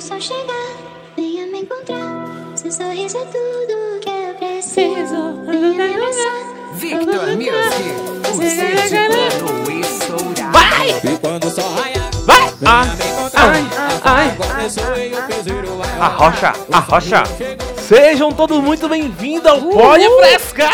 sol chegar, venha me encontrar. Seu sorriso é tudo que eu preciso. Venha me abraçar. Uhum. Victor Music, o sergipano estourado. Vai! E quando só raia, Vai! Ah, ai, ai, ai. ai, Arrocha, arrocha. Sejam todos muito bem-vindos ao Pode Frescar!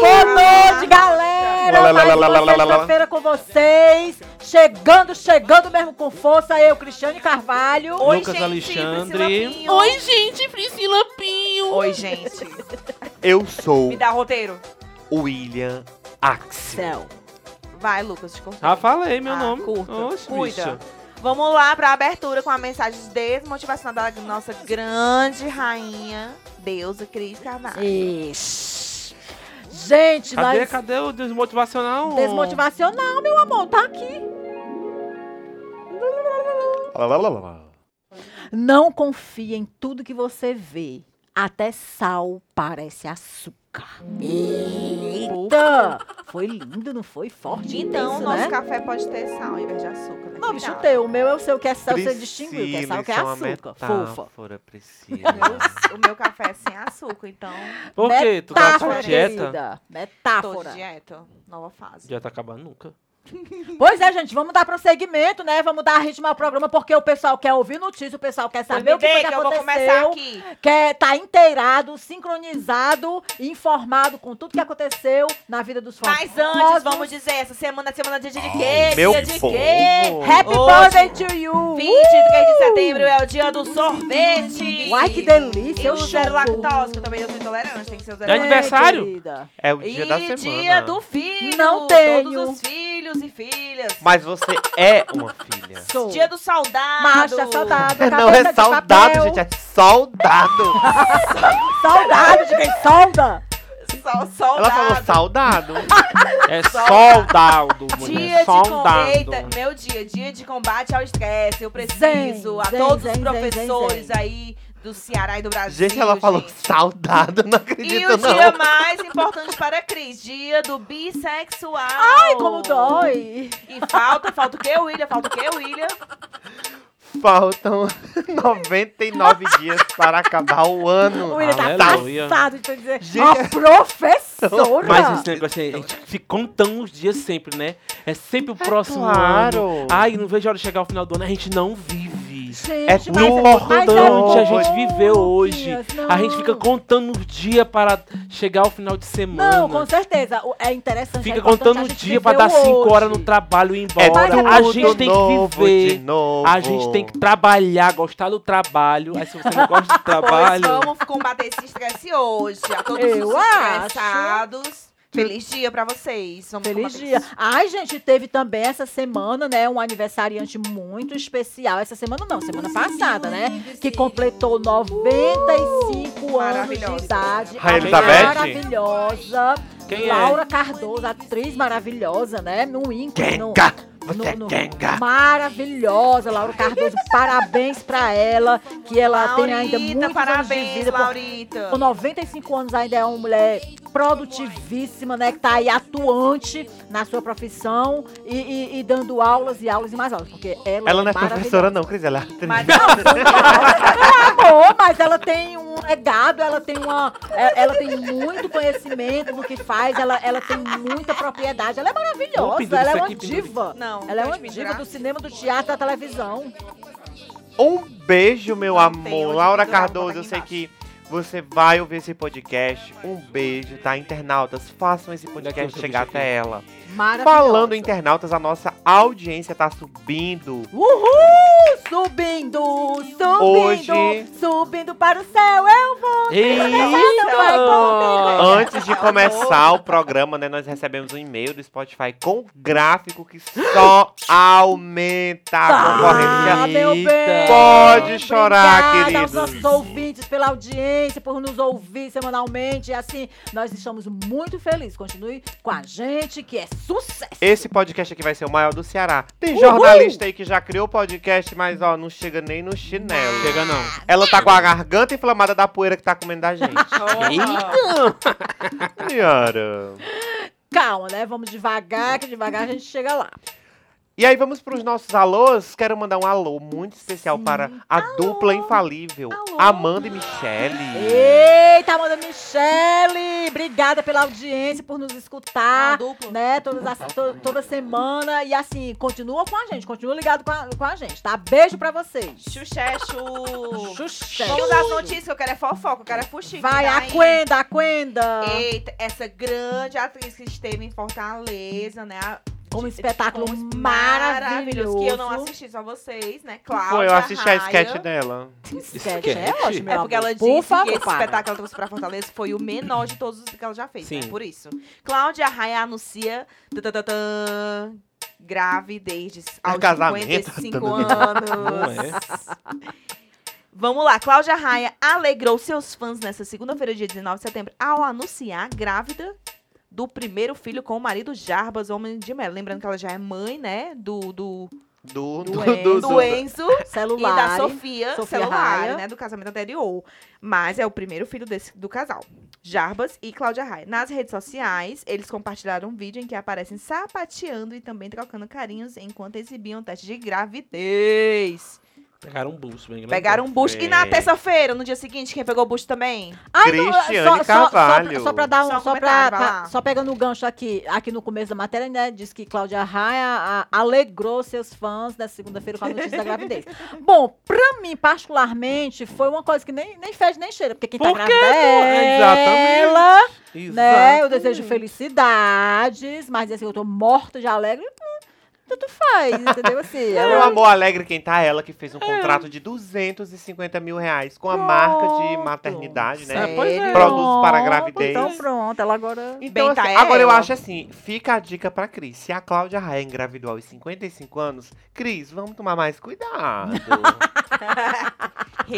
Boa noite, galera! Lá, lá, Mais lá, lá, lá, uma lá, lá. sexta-feira com vocês. Chegando, chegando mesmo com força, eu, Cristiane Carvalho. Lucas Alexandre. Oi, gente, Priscila Pinho. Oi, gente. Eu sou Me dá roteiro. o William. Axel. Céu. Vai, Lucas, te confio. Já falei meu Ah, nome. curta. Oxe, Cuida. bicha. Vamos lá pra abertura com a mensagem desmotivacional da nossa grande rainha, deusa Cris Carvalho. Ixi. Gente, Cadê, nós... cadê o desmotivacional? Desmotivacional, meu amor, tá aqui. Não confie em tudo que você vê. Até sal parece açúcar. Eita! Foi lindo, não foi? Forte, Então, intenso, nosso né? café pode ter sal em vez de açúcar, né? Não, bicho, o Cuidado. teu. O meu, eu sei o que é sal, você Priscila, distinguiu. O que é sal, o que é isso uma açúcar. Fofa. metáfora, Priscila. Meu- o meu café é sem açúcar, então Por quê? Tu tá com Metáfora, dieta? querida. tô de Metáfora. dieta. Nova fase. Dieta acaba tá nunca. Pois é, gente, vamos dar prosseguimento, né? Vamos dar ritmo ao programa, porque o pessoal quer ouvir notícia, o pessoal quer saber o que, Pois me foi que dê, eu vou começar aconteceu, aqui. quer tá inteirado, sincronizado, informado com tudo que aconteceu na vida dos famosos. Mas antes, vamos dizer, essa semana é semana de dia de quê? meu dia de povo. quê? Happy Hoje, birthday to you! 23 de setembro é o dia do sorvete. Ai, Uh! que delícia! Eu eu zero chupo. lactose, que eu também eu sou intolerante, tem que ser o zero É Ei, lactose. aniversário? querida. É o E dia da semana. dia do filho. Não tenho. Todos os filhos e filhas. Mas você é uma filha. Sou. Dia do saudado. Macho, saudado, Não né, cabeça é de saudado, papel. gente, é soldado. Saudade de quem solda! Só- saudado. Ela falou saudado. É soldado, Dia mulher. de com- Soldado. Eita, meu dia, dia de combate ao estresse. Eu preciso a zen, todos os zen, professores zen, zen. aí do Ceará e do Brasil. Gente, ela falou gente. saudado, não E acredito o não. dia mais importante para a Cris, dia do bissexual. Ai, Oh. como dói! E falta, falta o quê, William? Falta o quê, William? Faltam 99 dias para acabar o ano. O William tá Oh, Aleluia. passado de dizer. Gente, Uma professora! Mas esse negócio aí, a gente fica contando os dias sempre, né? É sempre o próximo ano. Claro. Ai, não vejo a hora de chegar ao final do ano, a gente não vive. Gente, É mas tudo mas importante é a gente viver hoje. dias, A gente fica não. contando os dias para chegar ao final de semana. Não, com certeza. O- É interessante. é Fica importante contando a os gente dias pra viver dar o 5 hoje. horas no trabalho e ir É embora. tudo a gente tem novo que viver. de novo. A gente tem que trabalhar, gostar do trabalho. Aí se você não gosta do Pois trabalho. vamos combater esse estresse hoje. A todos Eu os acho. estressados. Feliz dia pra vocês. Vamos Feliz combater dia. isso. Ai, gente, teve também essa semana, né? Um aniversariante muito especial. Essa semana não, semana passada, né? Que completou 95 anos Maravilhosa. de idade. Rainha A Elizabeth? Maravilhosa. Quem é? Laura Cardoso, atriz maravilhosa, né? No ícone. no- Kenga! Você No- é no- Kenga! Maravilhosa, Laura Cardoso. parabéns pra ela, que ela tem ainda Laurita, muitos parabéns, anos de vida. por- Laurita. Com 95 anos ainda é uma mulher produtivíssima, né? Que tá aí atuante na sua profissão e, e- e dando aulas e aulas e mais aulas. Porque ela, Ela não é maravilhosa. professora não, Cris, ela é atriz. Mas é Amor, mas ela tem um legado, ela tem uma. é- Ela tem muito conhecimento do que faz, ela, ela tem muita propriedade. Ela é Vamos maravilhosa, pendurar ela é isso uma aqui, pendura. diva. Não, Ela é uma pode me diva tirar. do cinema, do teatro, da televisão. Um beijo, meu Não tem amor. onde Laura pendurar, Cardoso, bota eu aqui sei que você vai ouvir esse podcast. Um beijo, tá? Internautas, façam esse Onde é que podcast eu chegar deixo até ela. Maravilhosa. Falando em internautas, a nossa audiência tá subindo. Uhul! Subindo, subindo, Hoje- subindo para o céu. Eu vou. Eita! Antes de começar o programa, né, nós recebemos um e-mail do Spotify com gráfico que só aumenta a Ah, concorrência. meu bem. Pode chorar, Obrigada aos queridos. nossos ouvintes pela audiência, por nos ouvir semanalmente. E assim, nós estamos muito felizes. Continue com a gente, que é sucesso. Esse podcast aqui vai ser o maior do Ceará. Tem jornalista aí que já criou podcast, mas ó, não chega nem no chinelo. Chega não. Ela tá com a garganta inflamada da poeira que tá comendo da gente. Eita! Senhora. Calma, né? Vamos devagar, que devagar a gente chega lá. E aí vamos para os nossos alôs. Quero mandar um alô muito especial para a dupla infalível, Alô. Amanda e Michele. Eita, Amanda Michele! Obrigada pela audiência, por nos Ah, escutar. Né, todas as- to- toda semana. E assim, continua com a gente, continua ligado com a, com a gente, tá? Beijo pra vocês. Xuxé, é Xu. Xuxa. Vamos às notícias, que eu quero é fofoca, eu quero é fuxique. Vai, né? aquenda, aquenda. Eita, essa grande atriz que esteve em Fortaleza, né? A- Um de- espetáculo com os maravilhoso. Que eu não assisti, só vocês, né? Cláudia Foi, eu assisti a Raia. sketch dela. Sketch é ótimo, meu É porque ela amor. disse Por que favor, esse para. espetáculo que ela trouxe pra Fortaleza foi o menor de todos os que ela já fez. Sim. Né? Por isso. Cláudia Raia anuncia. tatatã, gravidez de- aos casamento. 55 Não anos. Vamos lá, Cláudia Raia alegrou seus fãs nessa segunda-feira, dia 19 de setembro, ao anunciar grávida do primeiro filho com o marido Jarbas, homem de Melo. Lembrando que ela já é mãe, né? Do, do, Do, do, Do do, do, do Enzo e da Celular. Sofia, Sofia Raia. celular, né? Do casamento anterior. Mas é o primeiro filho desse- do casal. Jarbas e Cláudia Raia. Nas redes sociais, eles compartilharam um vídeo em que aparecem sapateando e também trocando carinhos enquanto exibiam o teste de gravidez. Pegaram um bucho, bem grande. Pegaram um bucho. E na Bem. terça-feira, no dia seguinte, quem pegou o bucho também? Ai, não, Cristiane só- só- Só, Carvalho. pra- só pra dar um. Só um Só, pra, comentário, vai pra- lá. só pegando o gancho aqui, aqui no começo da matéria, né? Diz que Cláudia Raia a- alegrou seus fãs na segunda-feira com a notícia da gravidez. Bom, pra mim, particularmente, foi uma coisa que nem, nem fede nem cheira, porque quem tá Por grávida é Exatamente. ela, Exato. né? Eu desejo felicidades, mas assim, eu tô morta de alegre. hum, Tanto faz, entendeu? É, Assim, ela- Meu amor alegre, quem tá ela que É. fez um contrato de 250 mil reais com a marca de Pronto. maternidade, né? É, pois é. Produtos para Pronto, gravidez. Então pronto, ela agora. é Então, Bem, tá assim, agora eu ela. acho assim, fica a dica pra Cris. Se a Cláudia Raia engravidou aos 55 anos, Cris, vamos tomar mais cuidado.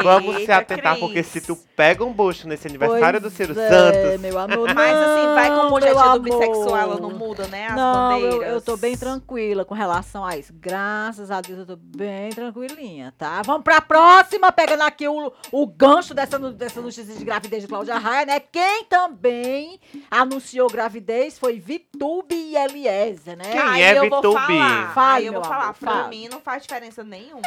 vamos se Eita, atentar, Cris. porque se tu pega um bucho nesse aniversário Pois do Ciro é, Santos, Meu amor, Mas assim, vai com não, o projeto meu do bissexual, amor. ela não muda, né? As não, bandeiras. eu, eu tô bem tranquila com relação a isso. Graças a Deus, eu tô bem tranquilinha, tá? Vamos pra próxima, pegando aqui o, o gancho dessa, no- dessa notícia de gravidez de Cláudia Raia, né? Quem também anunciou gravidez foi Vitube e Eliezer, né? Quem Aí é eu vou Vitube? falar. Fale, Aí eu vou meu falar. amor, pra fale. É, mim não faz diferença nenhuma.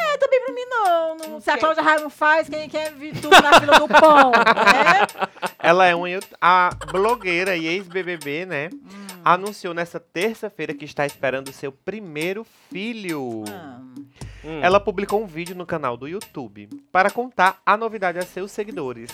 Não, não, se a Quem? é? Cláudia Raia não faz, quem quer é Vitube na fila do pão, né? ela é uma yout- a blogueira e ex-BBB, né? Hum. Anunciou nessa terça-feira que está esperando o seu primeiro filho. Hum. Hum. Ela publicou um vídeo no canal do YouTube para contar a novidade a seus seguidores.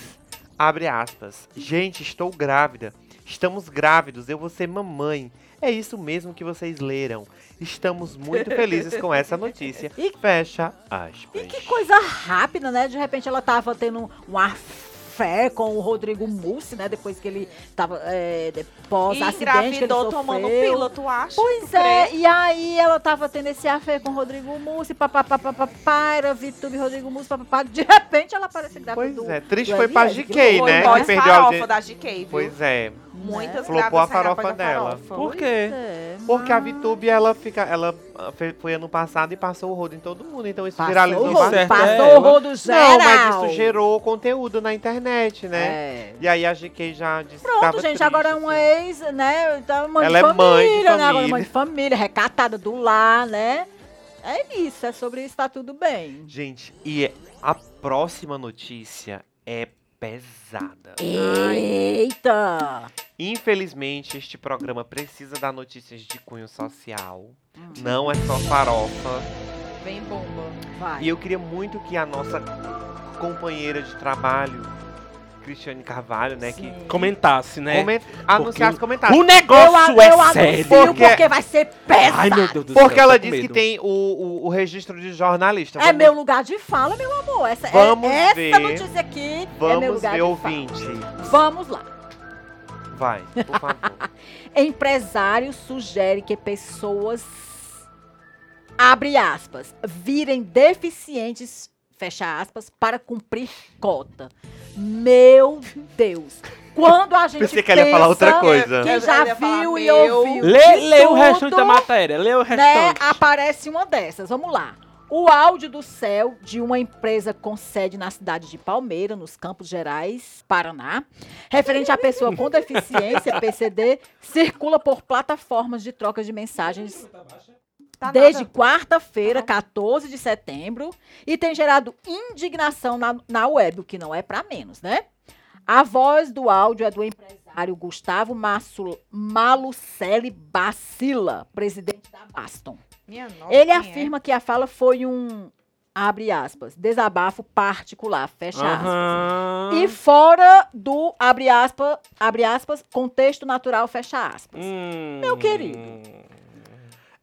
Abre aspas. Gente, estou grávida. Estamos grávidos, eu vou ser mamãe. É isso mesmo que vocês leram. Estamos muito felizes com essa notícia. E- Fecha aspas. E que coisa rápida, né? De repente ela tava tendo um afé com o Rodrigo Mussi, né? Depois que ele tava é, de- pós E acidente que ele engravidou sofreu. tomando pílula, tu acha? Pois Tu é, crê? e aí ela tava tendo esse afé com o Rodrigo Mussi, papapá, papapá, era Vitube, Rodrigo Mussi, papapá. De repente ela aparece grávida Pois do... é, triste do foi pra Elias, que GK, foi né? embora. Que Nós perdeu a farofa audiência. da GK, viu? Pois é. Muitas Flopou graças a farofa saem dela. apoio da farofa. Por quê? É, Porque a Vitube, ela fica. Ela ah, fe- foi ano passado e passou o rodo em todo mundo. Então isso passou viralizou o rodo, rodo, bastante. certo, passou é, o rodo Não, geral. mas isso gerou conteúdo na internet, né? É. E aí a GK já disse que Pronto, tava gente, triste, agora é uma assim. ex, né? Então, mãe Ela de é mãe de família, né? Agora é família. mãe de família, recatada do lar, né? É isso, é sobre isso, tá tudo bem. Gente, e a próxima notícia é pesada. Eita! Infelizmente, este programa precisa dar notícias de cunho social. Hum. Não é só farofa. Bem bomba. Vai. E eu queria muito que a nossa companheira de trabalho, Cristiane Carvalho, né, que Sim. Comentasse, né? comen- anunciasse comentários. O Eu, a- negócio eu é anuncio sério. porque... Porque- vai ser péssimo. Ai, meu Deus do céu. Porque tô ela com disse que medo. tem o, o- o registro de jornalista. É meu lugar de fala, meu amor. Essa, é- Vamos essa ver. notícia aqui é meu Vamos lugar ver, de ouvinte. fala. Vamos lá. Vai, por favor. Empresário sugere que pessoas, abre aspas, virem deficientes, fecha aspas, para cumprir cota. Meu Deus! Quando a gente Pensei que ela ia falar pensa outra coisa. Que Eu já já ia falar, viu e meu. ouviu Lê, de lê o tudo, restante da matéria, lê o né? restante. Aparece uma dessas. Vamos lá. O áudio do céu de uma empresa com sede na cidade de Palmeira, nos Campos Gerais, Paraná, referente à pessoa com deficiência, PCD, circula por plataformas de troca de mensagens tá desde nada. quarta-feira, Tá 14 de setembro, e tem gerado indignação na, na web, o que não é para menos, né? A voz do áudio é do empresário Gustavo Massu- Malucelli Bacila, presidente da Baston. Minha nossa, Ele quem é? afirma que a fala foi um, abre aspas, desabafo particular, fecha aspas. Aham. E fora do, abre aspas, abre aspas, contexto natural, fecha aspas. Hum. Meu querido.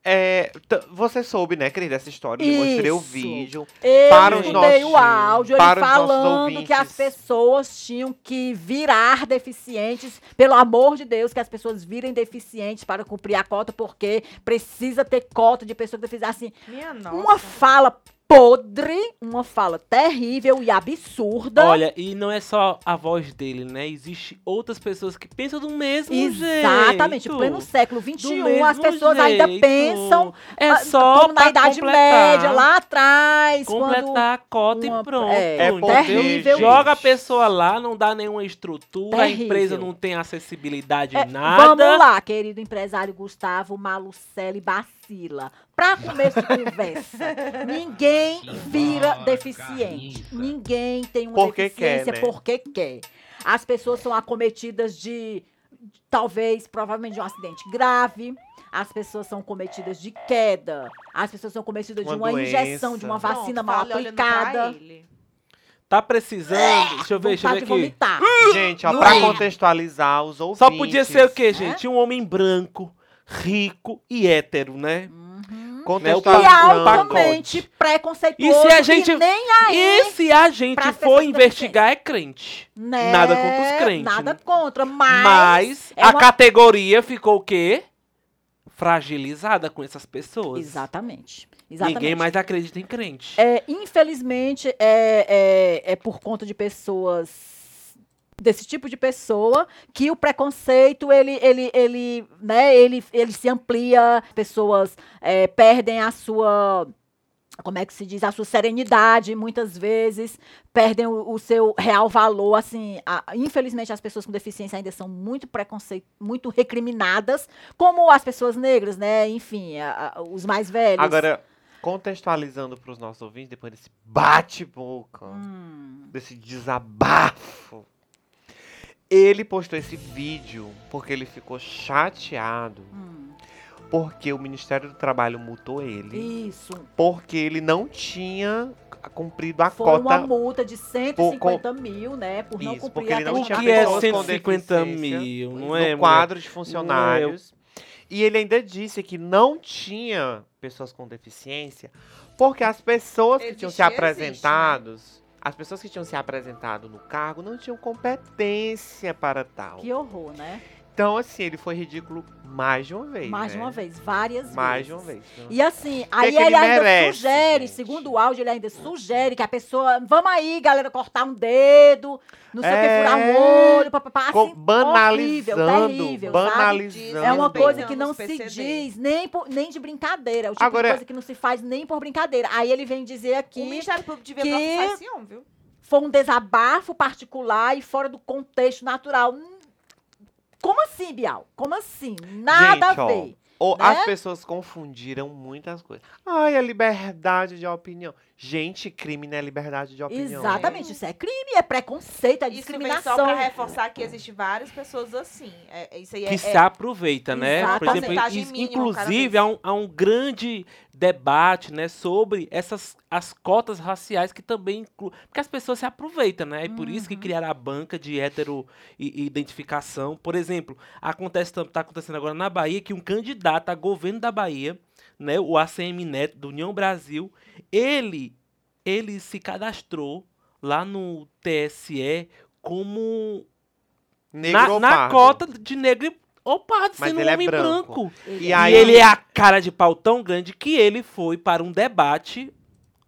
É, t- você soube, né, querida, essa história. Eu mostrei o Isso. vídeo. Eu Para os escutei nossos- o áudio ele para os nossos falando que as ouvintes. pessoas tinham que virar deficientes, pelo amor de Deus, que as pessoas virem deficientes para cumprir a cota, porque precisa ter cota de pessoa que fizer assim. Minha Uma nossa. fala podre, uma fala terrível e absurda. Olha, e não é só a voz dele, né? Existe outras pessoas que pensam do mesmo jeito. Exatamente, em pleno século Do XXI, mesmo as pessoas ainda jeito. pensam É ah, só como na pra Idade completar. Média, lá atrás, quando Completar a cota uma- e pronto. é, entendeu? terrível. Joga a pessoa lá, não dá nenhuma estrutura, a Terrível. empresa não tem acessibilidade É, nada. Vamos lá, querido empresário Gustavo Malucelli Bacila. Pra começo de conversa, ninguém vira deficiente. Ninguém tem uma Porque quer, deficiência né? porque quer. As pessoas são acometidas de, talvez, provavelmente de um acidente grave. As pessoas são cometidas de queda. As pessoas são cometidas de Uma uma injeção, de uma doença. vacina Pronto, mal fala olhando pra aplicada. ele. Tá É, precisando? Deixa eu ver, deixa eu Vontade ver de aqui. vomitar. Gente, ó, Não pra é. Uhum. contextualizar os ouvintes. Só podia ser o quê, né? gente? Um homem branco, rico e hétero, né? Uhum. Tá E Contextualizando. dando altamente preconceituoso. E se a que gente- nem aí, E se a gente pra for pessoas investigar, é crente. né? Nada contra os crentes, Nada né? contra, mas. Mas, é a uma- categoria ficou o quê? Fragilizada com essas pessoas. Exatamente. Exatamente. Ninguém mais acredita em crente. É, infelizmente, é, é, é por conta de pessoas desse tipo de pessoa que o preconceito ele ele ele né ele ele se amplia pessoas é, perdem a sua como é que se diz a sua serenidade muitas vezes perdem o, o seu real valor assim a- infelizmente as pessoas com deficiência ainda são muito preconceito muito recriminadas como as pessoas negras né enfim a- a- os mais velhos Agora, contextualizando pros nossos ouvintes, depois desse bate-boca, Hum. desse desabafo, ele postou esse vídeo porque ele ficou chateado. Hum, Porque o Ministério do Trabalho multou ele. Isso. Porque ele não tinha cumprido a Foi cota. uma multa de 150 mil, né? Por não Isso, cumprir porque ele a não O questão Então, tinha que é pessoas com 150 deficiência mil? Não no é, mulher? é, quadro de funcionários. E ele ainda disse que não tinha pessoas com deficiência, porque as pessoas que tinham se Existir, existe, né? apresentados, as pessoas que tinham se apresentado no cargo não tinham competência para tal. Que horror, né? Então assim, ele foi ridículo mais de uma vez, Mais de né? uma vez, várias Mais vezes. de uma vez. né? E assim, aí que ele ele ainda merece, sugere, gente? segundo o áudio, ele ainda sugere que a pessoa. Vamos aí, galera, cortar um dedo, não sei o que, furar É, um olho, papapá. Com- Assim, banalizando, horrível, terrível, sabe? banalizando. É uma Também. coisa que não Nos se PCD. diz nem, por- nem de brincadeira. É o tipo Agora- de coisa que não se faz nem por brincadeira. Aí ele vem dizer O aqui Ministério Público devia que- processar esse homem, viu? foi um desabafo particular e fora do contexto natural. Hum, Como assim, Bial? Como assim? Nada Gente, a ó, ver. Ou né? as pessoas confundiram muitas coisas. Ai, a liberdade de opinião. Gente, crime não é liberdade de opinião. né? Exatamente, isso é crime, é preconceito, é Isso vem só discriminação. pra reforçar que existem várias pessoas assim. É, é- isso aí é, que é- tá se aproveita, né? Por Exatamente. exemplo, Porcentagem is- mínima, inclusive é cara há um, há um grande debate, né, sobre essas as cotas raciais que também inclu... porque as pessoas se aproveitam, né? E por Uhum. isso que criaram a banca de hétero e, e identificação. Por exemplo, acontece tam- tá acontecendo agora na Bahia que um candidato a governo da Bahia, né, o ACM Neto do União Brasil, ele ele se cadastrou lá no TSE como Negro na, ou na pardo? cota de negro e- ou pardo, Mas sendo um ele é homem branco. branco. Ele- E aí, E ele é a cara de pau tão grande que ele foi para um debate,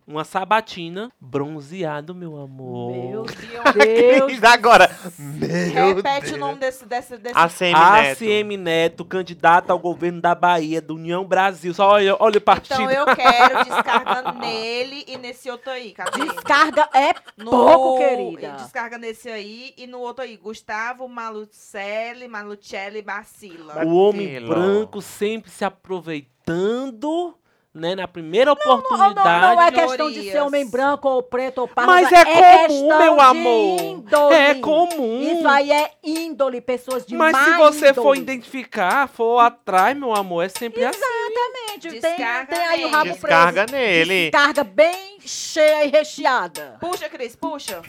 uma sabatina, bronzeado, meu amor. Meu Cris, Deus. agora. Meu Repete Deus. o nome desse. desse, desse... A CM Neto. ACM Neto, candidato ao governo da Bahia, do União Brasil. Só olha, olha o partido. Então eu quero descarga nele e nesse outro aí, cadê? Descarga é No- um, pouco, querida. Descarga nesse aí e no outro aí. Gustavo Malucelli, Malucelli Bacila. Mas- O homem Vacilo. branco sempre se aproveitando né, na primeira Não, oportunidade. não, é questão de ser minorias. homem branco ou preto ou pardo. Mas é comum, questão meu de amor. índole. É comum. Isso aí é índole, pessoas de Mas má se você índole. for identificar, for atrás, meu amor, é sempre assim. Exatamente. Tem, Descarga tem aí o rabo Descarga preso. nele. Descarga bem cheia e recheada. Puxa, Cris, puxa.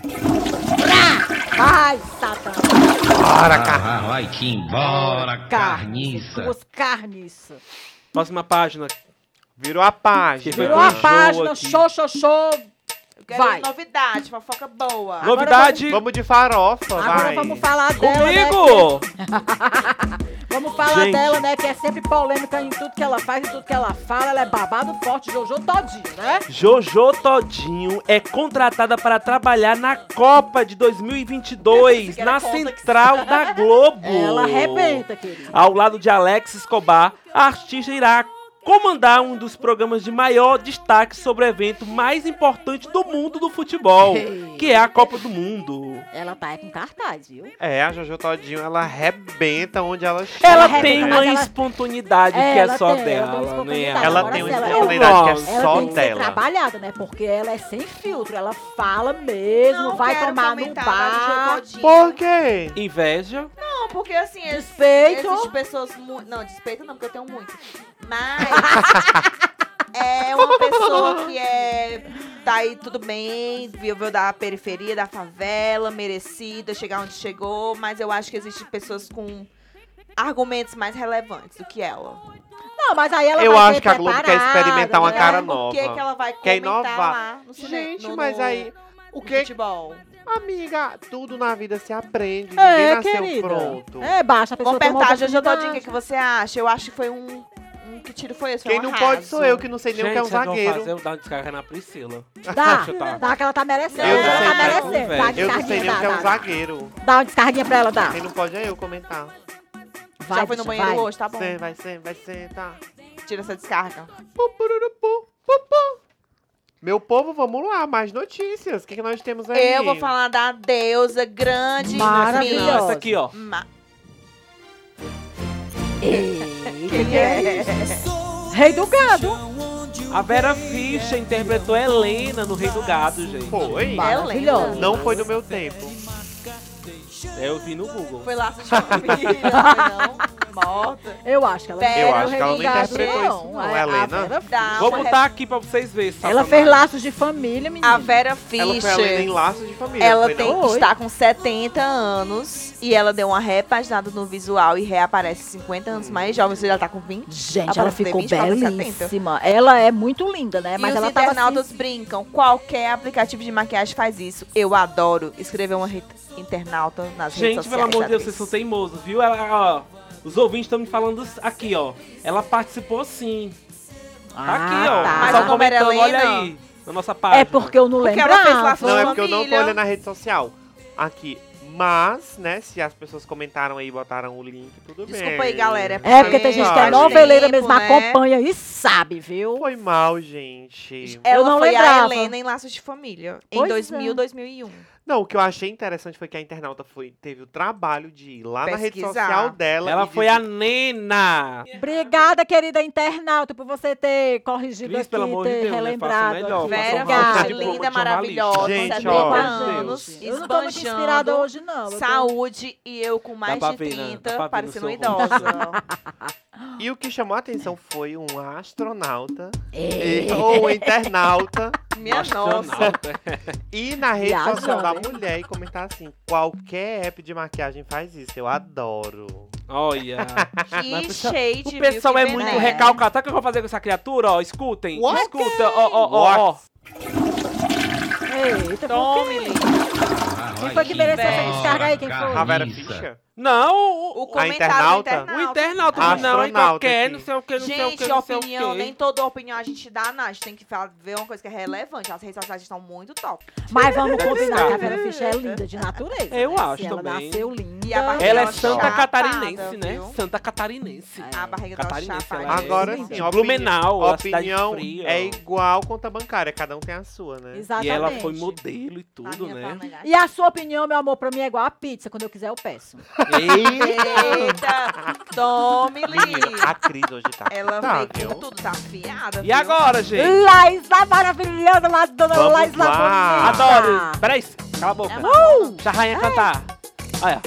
Ai, Satã. Para, cara. Ah, vai que embora, carniça. Duas carniça. Próxima página. Virou a página. Foi Virou com a show página, aqui. show, show, show. Eu quero Vai. novidade, fofoca boa. Agora Novidade Vamos de farofa, Agora vai. vamos falar dela, né? comigo! que- Vamos falar Gente. dela, né? Que é sempre polêmica em tudo que ela faz, em tudo que ela fala. Ela é babado forte, Jojo todinho, né? Jojo Todinho é contratada para trabalhar na Copa de 2022, que era na Contax. Central da Globo. Ela arrebenta, querido. Ao lado de Alex Escobar, a artista irá comandar um dos programas de maior destaque sobre o evento mais importante do mundo do futebol, que é a Copa do Mundo. Ela tá é com cartaz, viu? É, a Jojo Todinho, ela arrebenta onde ela chega. Ela arrebenta, tem mas uma ela- espontaneidade É, que é ela só tem, ela tem dela, né? espontaneidade. Ela Agora, tem uma se ela- espontaneidade que é Nossa. Ela só tem que ser dela. trabalhada, né? Porque ela é sem filtro, ela fala mesmo, Não vai quero tomar no comentar nada de bar. Jocodinho. Por quê? Inveja. Não, porque assim, ex- Despeito. existe pessoas mu- Não, despeito não, porque eu tenho muito. Mas. é uma pessoa que é. Tá aí tudo bem, viveu da periferia, da favela, merecida, chegar onde chegou, mas eu acho que existem pessoas com argumentos mais relevantes do que ela. Não, mas aí ela Eu vai acho ser que a Globo quer preparada, experimentar É uma né? cara Ela- O que, nova. que ela vai Quer comentar inovar. lá no cinema? Gente, no- mas no- aí, o no que Futebol. Amiga, tudo na vida se aprende. Ninguém É, nasceu querida. pronto. É, baixa a pessoa. tem uma Compertagem, eu já tô dizendo o oportunidade. que que você acha. Eu acho que foi um. um que tiro foi esse? Foi Quem um não arraso. pode sou eu, que não sei nem o que é um sabe o que eu vou zagueiro. fazer? Eu vou dar uma descarga na Priscila. Deixa eu Dá, tá. dá que ela tá merecendo. Eu ela sei, tá mas- merecendo. Dá uma Eu não sei nem descarguinha, o que é um dá, dá. zagueiro. Dá uma descarguinha pra ela, dá. Quem não pode é eu comentar. Vai, já foi bicha, no banheiro vai. hoje, tá bom? Você vai ser, vai ser, tá. Tira essa descarga. Pu, pururu, pu, pu, pu. Meu povo, vamos lá, mais notícias. O que, que nós temos aí? Eu vou falar da deusa grande. Maravilhosa. Não, Miss essa aqui, ó. Ma- Quem é isso? Rei do gado. A Vera Fischer interpretou Helena no Rei do Gado, gente. Foi? Maravilhosa. Não foi do meu tempo. É, eu vi no Google. Foi lá assistir uma menina, não? Morta. Eu acho que ela Eu era o acho que rei ela do não gado, interpretou isso, não, é A- a Helena. Vera- Dá Vou uma botar aqui pra vocês verem. Ela sacanagem. fez laços de família, menina. A Vera Ela foi além em Fischer. laços de família. não Ela foi, tem, não? Oi. está com 70 anos e ela deu uma repaginada no visual e reaparece 50 anos mais jovem. Você já tá com 20? Gente, Ela ela tem ficou 20, ela tem 70. belíssima. Ela é muito linda, né? Mas e os ela tava internautas assim... tá, brincam. Qualquer aplicativo de maquiagem faz isso. Eu adoro. Escreveu uma re- internauta nas redes Gente, pelo sociais. amor de Deus, atriz. vocês são teimosos, viu? Ela, ó, os ouvintes estão me falando aqui, ó. Ela participou sim. Tá aqui, ó. tá. Mas Mas só como era comentando, olha Helena? aí. Na nossa página. É porque eu não Porque lembro. ela fez laços Não, é Família. porque eu não tô olhando na rede social. Aqui. Mas, né, se as pessoas comentaram aí e botaram o link, tudo bem. Desculpa aí, galera. É, porque tem gente que é Faz noveleira tempo, mesmo, né? acompanha e sabe, viu? Foi mal, gente. Ela Eu não foi lembrava. a Helena em Laços de Família. Pois em 2000, é. 2001. Não, o que eu achei interessante foi que a internauta foi, teve o trabalho de ir lá na rede Pesquisar. social dela. Ela e foi dizer- a Nena. Obrigada, querida internauta, por você ter corrigido Cris, aqui, pelo amor de ter Deus, né? Faça relembrado. melhor, Tipo, um aqui. faça Vera uma Obrigada. faça Fischer, de Gente, boa. jornalista. linda, maravilhosa. Gente, ó. 70 Deus. anos. Eu não tô muito inspirada Esbanjando. hoje, não. Eu tô- Saúde e eu com mais pra de ver, né? 30, Dá pra ver parecendo no uma seu idosa. E o que chamou a atenção foi um astronauta É. e- ou um internauta Minha nossa. Astronauta. ir na rede Viajando, social da né? hein? mulher e comentar assim: qualquer app de maquiagem faz isso, eu adoro. Olha. Mas Que o shade, O viu? pessoal Que é muito veneno. recalcado. Sabe o que eu vou fazer com essa criatura? Ó, escutem. What? Escuta, ó, ó, ó, ó. Eita, por Tome, quê? menino. Ah, Quem vai foi que mereceu essa embora, descarga aí? Quem foi? A Vera carniça. Fischer? Não, o, O o, comentário internauta? do o internauta. Ah, não, é astronauta qualquer, aqui. não sei o que, não sei o que, Gente, não sei o que. opinião, nem toda opinião a gente dá, Nath. Tem que falar- ver uma coisa que é relevante. As redes sociais estão muito top. Mas vamos Deve combinar que a estar. Vera Fischer é linda de natureza. Eu né? acho Se ela também. nasceu linda. E a barriga Ela é Nossa, santa chapada, catarinense, né? viu? Santa catarinense. É. A barriga da Catarinense, chapa. ela é. Agora Sim. sim, ó. Blumenau, a cidade opinião fria. é igual conta bancária, cada um tem a sua, né? Exatamente. E ela foi modelo e tudo, né? tá E a sua opinião, meu amor, pra mim é igual a pizza. Quando eu quiser, eu peço. Eita! Eita! Tome Menina, Lee! a Cris hoje tá. Ela tá, veio viu? com tudo, tá afiada. E agora, gente? Laísa maravilhosa, lá, dona Vamos Laísa lá. bonita. Adoro! Peraí, cala a boca. Uh! Deixa a rainha cantar. Olha.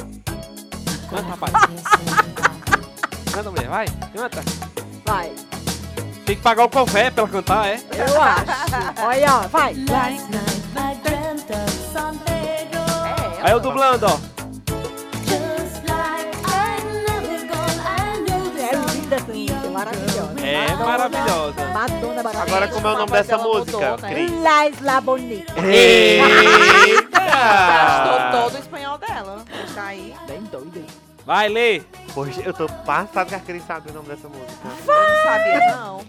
Canta, rapaz. é Canta, mulher, vai. Canta. Vai, Tem que pagar o café pra ela cantar, é? eu acho. Olha, ó, vai. Last night I dreamt of something Aí eu dublando, ó. just like I never gone. I know É this song. linda essa música, maravilhosa. É maravilhosa. Madonna maravilhosa. Agora como é o nome dessa música, né? Cris? Laísa bonita. Ah. Gastou Eita! todo o espanhol dela. Tá aí. Bem doida. hein? Vai, Lê. Hoje eu tô passado que a Cris sabe o nome dessa música. Não sabia, não.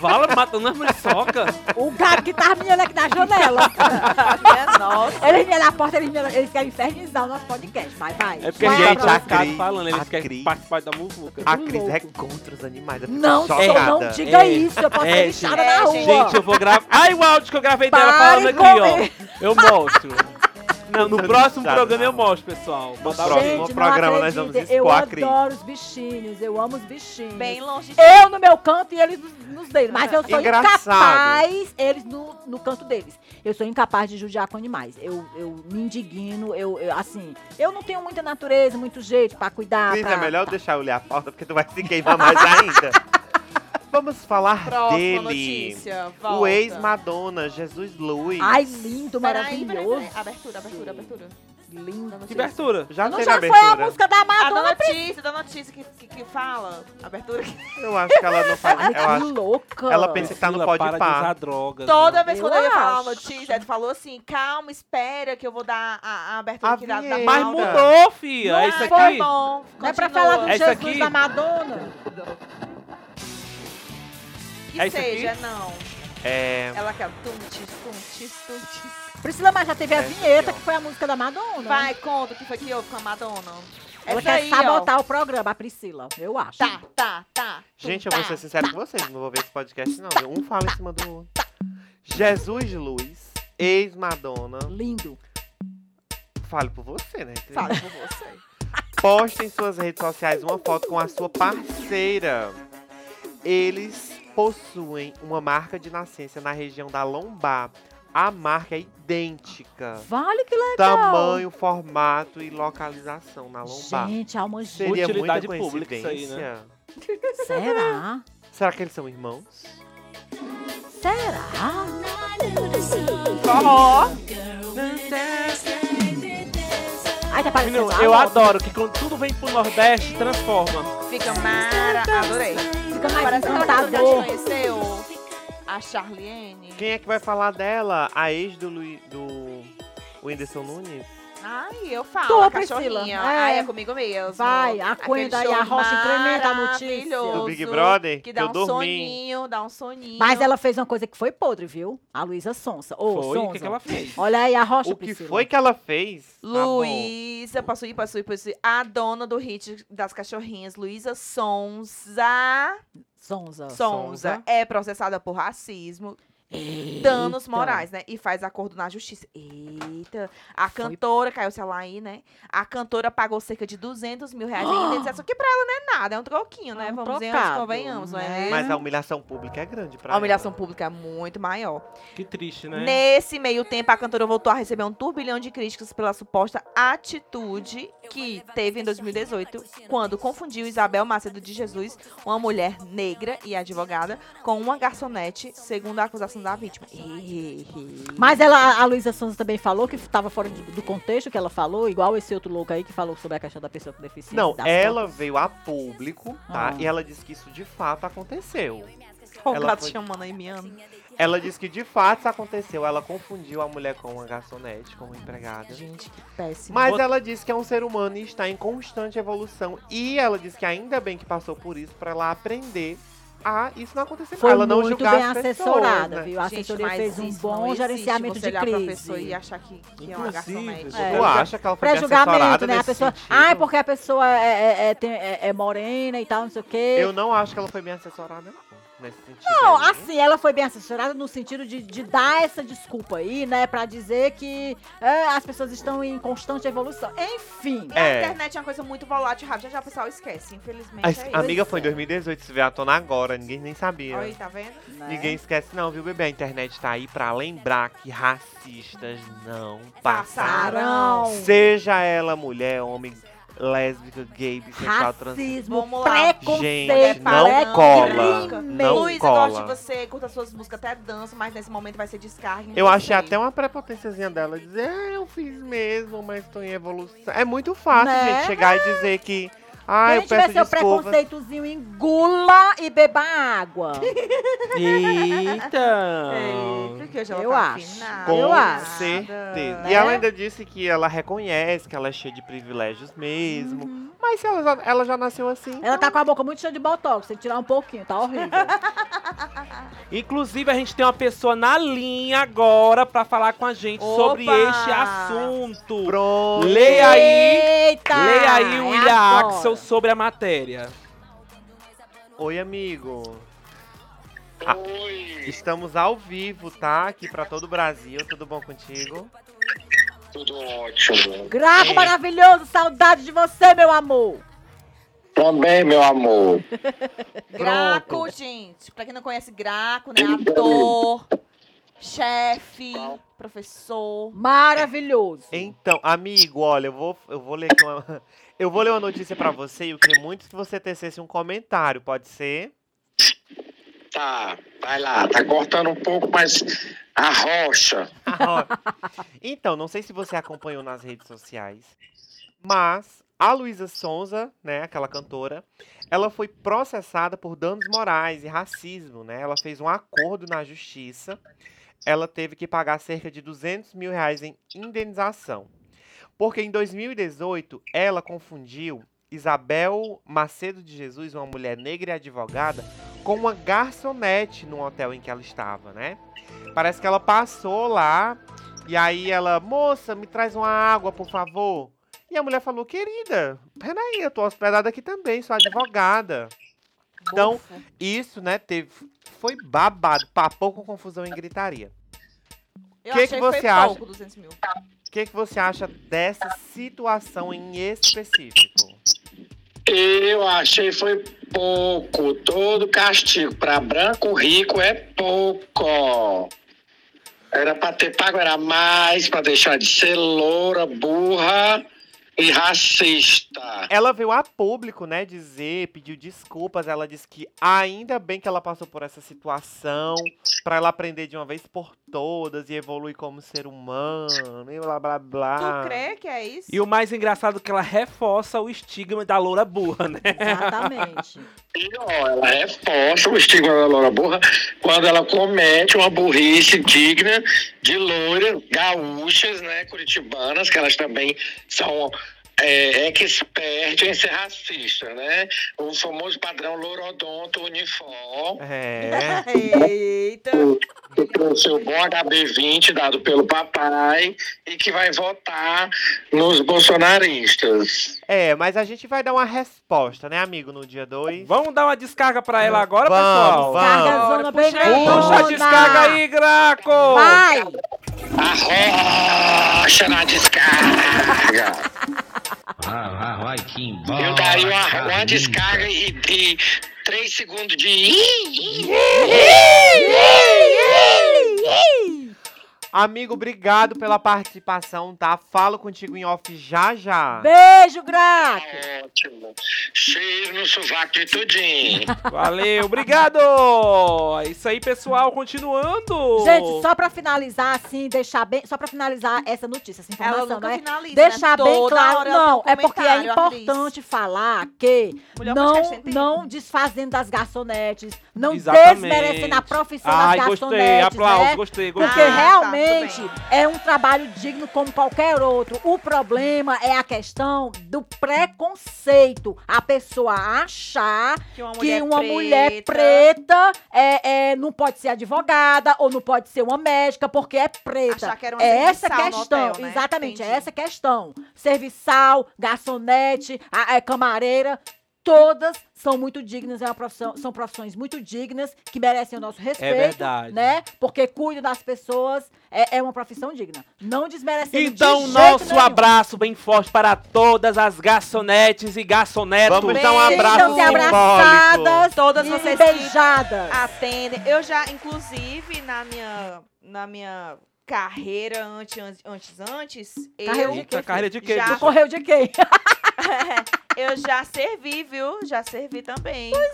Fala matando as muriçoca. O gato que tava mirando aqui na janela. Sabia, nossa. Eles miram na porta, eles, miram, eles querem infernizar o nosso podcast. Vai, vai. É porque a Vai, gente Gente, tá a ficado Cris- falando, a eles querem Cris- participar da muvuca. A Hum, Cris é louco. contra os animais. eu fico Não, senhor, chocada. não diga É, isso. Eu posso é, ser lixada na rua. gente, Gente, eu vou gravar. Ai, o áudio que eu gravei dela Pare falando com aqui, ó. Eu mostro. Não, no Não próximo sabe, programa eu não. mostro, pessoal. Mandar próximo. o- Gente, no não programa nós acredita, vamos Eu expor a Cris. adoro os bichinhos, eu amo os bichinhos. Bem longe de eu no meu canto e eles nos, nos deles. Mas eu sou Engraçado. incapaz, eles no, no canto deles. Eu sou incapaz de judiar com animais. Eu, eu me indigno, eu, eu, assim, eu não tenho muita natureza, muito jeito pra cuidar. Cris, pra- é melhor eu deixar eu ler a pauta, porque tu vai se queimar mais ainda. Vamos falar próxima dele. notícia. Volta. O ex-Madonna, Jesus Luiz. Ai, lindo, Peraí, peraí, peraí. maravilhoso. Abertura, abertura, abertura. Lindo. Que abertura. Já né? Não teve já foi a abertura. música da A da Madonna? Ah, notícia, da notícia que, que, que fala. é Abertura que Eu acho que ela não faz. Ai, Eu que acho louca. ela pensa- Você tá no Priscila, Pode para Pá. de usar drogas. toda né? vez Eu quando eu ia falar a acho. notícia, ele falou assim: calma, espera que eu vou dar a, a abertura A aqui da, da vinheta. Mas Malta." mudou, fia. É isso Ah, Foi aqui. bom. Não é Continua. pra falar do É isso Jesus aqui? da Madonna? Que É isso aqui? seja, não. É. Ela quer tuntis, tuntis, tuntis. Priscila, mas já teve a É, vinheta, ó. que foi a música da Madonna. Vai, conta o que foi que houve com a Madonna. Ela Essa quer aí, ó. sabotar o programa, a Priscila, eu acho. Tá, tá, tá. tum, Gente, eu vou tá. ser sincero com vocês, não vou ver esse podcast não. viu? Um fala em cima do outro. Jesus Luiz, ex-Madonna, Lindo. fale por você, né? Cris? Fala com você. Posta em suas redes sociais uma foto com a sua parceira. Eles possuem uma marca de nascença na região da lombar. A marca é idêntica. Vale que legal. Tamanho, formato e localização na lombar. Gente, alma gêmea. Seria Utilidade muita pública isso aí, né? coincidência. Será? Será que eles são irmãos? Será? Ó, Ai, tá parecendo Menino, a eu Lotus. adoro que quando tudo vem pro Nordeste, transforma. fica mara. Adorei. Fica mais Parece um que ela já te encantador. conheceu. A Charliene. Quem é que vai falar dela? A ex do, Lui, do Whindersson Nunes? Ai, eu falo, Tô, a Priscila. cachorrinha. É. Ai, é comigo mesmo. Vai, a Aquele Quenda e show a Rocha tremenda a notícia. maravilhoso Do Big Brother? Que Que, dá eu um dormi. Tá soninho, dá um soninho. Mas é- ela fez uma coisa que foi podre, viu? A Luísa Sonsa. Ô, Foi, o Sonsa. que, que ela fez? Olha aí a rocha, O que Priscila. foi que ela fez? Tá bom. Luísa, posso ir, posso ir, posso ir. A dona do hit das cachorrinhas, Luísa Sonza. Ah, Sonsa. Sonza é processada por racismo, danos morais, né? E faz acordo na justiça. Eita! A Foi- cantora, caiu se ela aí, né? A cantora pagou cerca de 200 mil reais em Ah! indenização, que pra ela não é nada, é um troquinho, né? É um Vamos dizer, trocado, convenhamos, não é? né? mesmo? Mas a humilhação pública é grande pra A humilhação ela. pública é muito maior. Que triste, né? Nesse meio tempo, a cantora voltou a receber um turbilhão de críticas pela suposta atitude que teve em 2018, quando confundiu Isabel Macedo de Jesus, uma mulher negra e advogada, com uma garçonete, segundo a acusação da vítima. Mas ela, a Luísa Sonza também falou que estava fora de- do contexto que ela falou, igual esse outro louco aí que falou sobre a questão da pessoa com deficiência. Não, das ela fotos. veio a público, tá? Ah. E ela disse que isso de fato aconteceu. o ela gato foi- chamando aí, miando. Ela disse que de fato isso aconteceu. Ela confundiu a mulher com uma garçonete, com uma empregada. Gente, que péssimo. Mas Bota- ela disse que é um ser humano e está em constante evolução. E ela disse que ainda bem que passou por isso pra ela aprender a isso não acontecer. mais. Foi ela não muito julgar bem as pessoas, assessorada, né? viu? A Gente, assessoria mas fez um isso não bom existe, gerenceamento você de olhar pra pessoa e crise. achar que, que é uma Inclusive, garçonete. eu É. Tu quero- acha que ela foi bem Pré-julgamento, assessorada né? A nesse pessoa. sentido? Ai, porque a pessoa é, é- é- tem- é- é morena e tal, não sei o quê. Eu não acho que ela foi bem assessorada, não. nesse sentido. Não, aí, hein? assim, ela foi bem assessorada no sentido de, de dar essa desculpa aí, né? Pra dizer que é, as pessoas estão em constante evolução. Enfim. né? A É. internet é uma coisa muito volátil e rápida. Já, já o pessoal esquece, infelizmente. As- é A isso. amiga foi em 2018, se vê à tona agora, ninguém nem sabia. Olha aí, tá vendo? né? Ninguém esquece não, viu, bebê? A internet tá aí pra lembrar que racistas não passaram. Sarão. Seja ela mulher, homem, lésbica, gay, bissexual, trans... Racismo, Vamos lá. preconceito, Gente, não é cola. crime. Não Luiz, eu gosto de cola. você, curta suas músicas, até dança, mas nesse momento vai ser descarga. então em Eu você. achei até um uma prepotênciazinha dela dizer, ah, eu fiz mesmo, mas tô em evolução. É muito fácil, Né? gente, chegar e dizer que, ah, Quem eu tiver peço seu desculpas. preconceitozinho, engula e beba água. Eita! É, porque hoje ela Eu tá acho. afinada, Com Eu acho. certeza. né? E ela ainda disse que ela reconhece que ela é cheia de privilégios mesmo. Mas se ela já, ela já nasceu assim. Uhum. Ela tá com a boca muito cheia de botox, tem que tirar um pouquinho, tá horrível. Inclusive, a gente tem uma pessoa na linha agora pra falar com a gente Opa! sobre este assunto. Pronto. Leia aí, Eita! leia aí o é William agora. Axel sobre a matéria. Oi, amigo. Ah, Estamos ao vivo, tá? Aqui pra todo o Brasil. Tudo bom contigo? Tudo ótimo. Graco maravilhoso, saudade de você, meu amor. Também, meu amor. Graco, gente. Pra quem não conhece, Graco, né? Ator, chefe, professor. Maravilhoso. Então, amigo, olha, eu vou, eu vou ler aqui uma, eu vou ler uma notícia pra você e eu queria muito que você tecesse um comentário, pode ser? Tá, vai lá. Tá cortando um pouco, mas a rocha. então, não sei se você acompanhou nas redes sociais, mas a Luísa Sonza, né, aquela cantora, ela foi processada por danos morais e racismo, né? Ela fez um acordo na justiça. Ela teve que pagar cerca de 200 mil reais em indenização. Porque em 2018, ela confundiu Isabel Macedo de Jesus, uma mulher negra e advogada, com uma garçonete no hotel em que ela estava, né? Parece que ela passou lá e aí ela, moça, me traz uma água, por favor. E a mulher falou, querida, peraí, eu tô hospedada aqui também, sou advogada. Então, isso, né, teve, foi babado, papou com confusão e gritaria. Eu Que que achei você foi acha? pouco, 200 mil. O que, que você acha dessa situação em específico? Eu achei foi pouco. Todo castigo para branco rico é pouco. Era para ter pago, era mais para deixar de ser loura, burra e racista. Ela veio a público, né, dizer, pediu desculpas. Ela disse que ainda bem que ela passou por essa situação, pra ela aprender de uma vez por todas e evoluir como ser humano, e blá blá blá. Tu crê que é isso? E o mais engraçado é que ela reforça o estigma da loura burra, né? Exatamente. E, ó, ela reforça o estigma da loura burra quando ela comete uma burrice digna de loiras gaúchas, né, curitibanas, que elas também são é, expert em ser racista, né? O famoso padrão lourodonto uniforme, É. Eita! que trouxe o bom HB20 dado pelo papai e que vai votar nos bolsonaristas. É, mas a gente vai dar uma resposta, né, amigo, no dia 2. Vamos dar uma descarga pra ela agora, Vamos, pessoal? vamos. Carga Bora, zona puxa bem aí, grandona. Puxa a descarga aí, Graco! Vai! A rocha na descarga! Vai, vai, vai, que embora. Eu daria uma, uma carniça. descarga e de 3 segundos de. Ih, ih. Amigo, obrigado pela participação, tá? Falo contigo em off já já. Beijo, Graco! Ótimo. Cheiro no sovaco de tudinho. Valeu, obrigado! É isso aí, pessoal, continuando! Gente, só pra finalizar, assim, deixar bem. Só pra finalizar essa notícia, essa Ela informação, nunca não é? finaliza, Deixar né? bem Toda claro, hora ela não, tem um é porque é comentário, atriz. importante falar que Mulher não, podcast tem não desfazendo das garçonetes, não Exatamente. desmerecendo a profissão Ai, das gostei, garçonetes, aplauso, né? gostei, Porque gostei. Ah, tá, realmente tudo é um trabalho digno como qualquer outro. O problema é a questão do preconceito. A pessoa achar que uma que uma mulher preta é, é, não pode ser advogada ou não pode ser uma médica porque é preta. Achar que era uma É essa serviçal no questão, hotel, né? exatamente, é Entendi. essa questão. Serviçal, garçonete, a- é, camareira, todas são muito dignas, é uma profissão- são profissões muito dignas, que merecem o nosso É respeito. verdade. Né? Porque cuida das pessoas, é, é uma profissão digna. Não desmerecendo Então, de jeito nosso nenhum. abraço bem forte para todas as garçonetes e garçonetos. Vamos dar um abraço Sintam-se simbólico. abraçadas, Todas e vocês Ah, que beijadas. atendem. Eu já, inclusive, na minha, na minha carreira antes, antes, antes Carreira eu, de Eita, carreira de quê? Já. Tu bicho? correu de quem? eu já servi, viu? Já servi também. Pois é.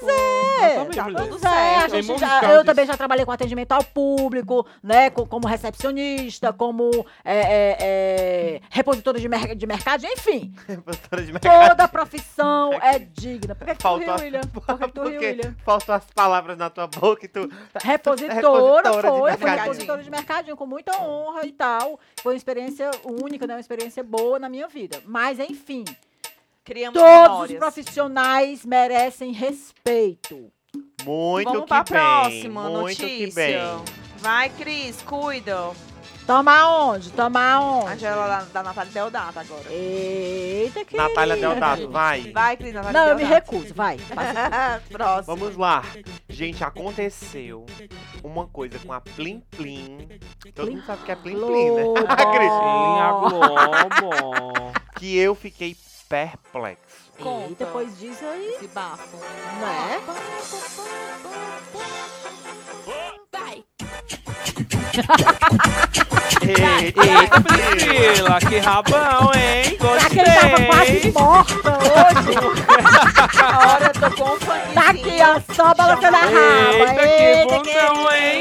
também, Tá mulher. tudo Pois é, a certo. Tem gente muitos já- casos eu disso. também já trabalhei com atendimento ao público, né? co- Como recepcionista, como é, é, é, repositora de, mer- de mercado, enfim. Professora de mercado. Toda profissão é digna. Por que, que tu riu, Faltou as... William? Por que que tu riu, Porque William? faltou as palavras na tua boca e tu. é Repositora, Repositora de foi, foi mercadinho. repositora de mercadinho, com muita honra e tal. Foi uma experiência única, né? Uma experiência boa na minha vida. Mas, enfim, Criamos todos os memórias. profissionais merecem respeito. Muito Vamos que pra bem. próxima muito notícia. que bem. Vai, Cris, cuida. Toma onde? Toma A onde? Angela da, da Natália Deodato agora. Eita, que. Natália Deodato, vai. Vai, Cris, Natália Não, eu me Deodato. recuso, vai. Próximo. Vamos lá. Gente, aconteceu uma coisa com a Plim Plim. Todo Plim mundo sabe o que é Plim Plim, né? Globo. Linha Globo. Que eu fiquei perplexo. E depois disso aí, Esse bafo. né? Vai. Eita, Eita, Priscila, que rabão, hein? Aquele tava quase Gostei. morta hoje. Agora eu tô com um funkzinho. Tá aqui, ó, só balançando a raba. Eita, que Eita, bundão, hein?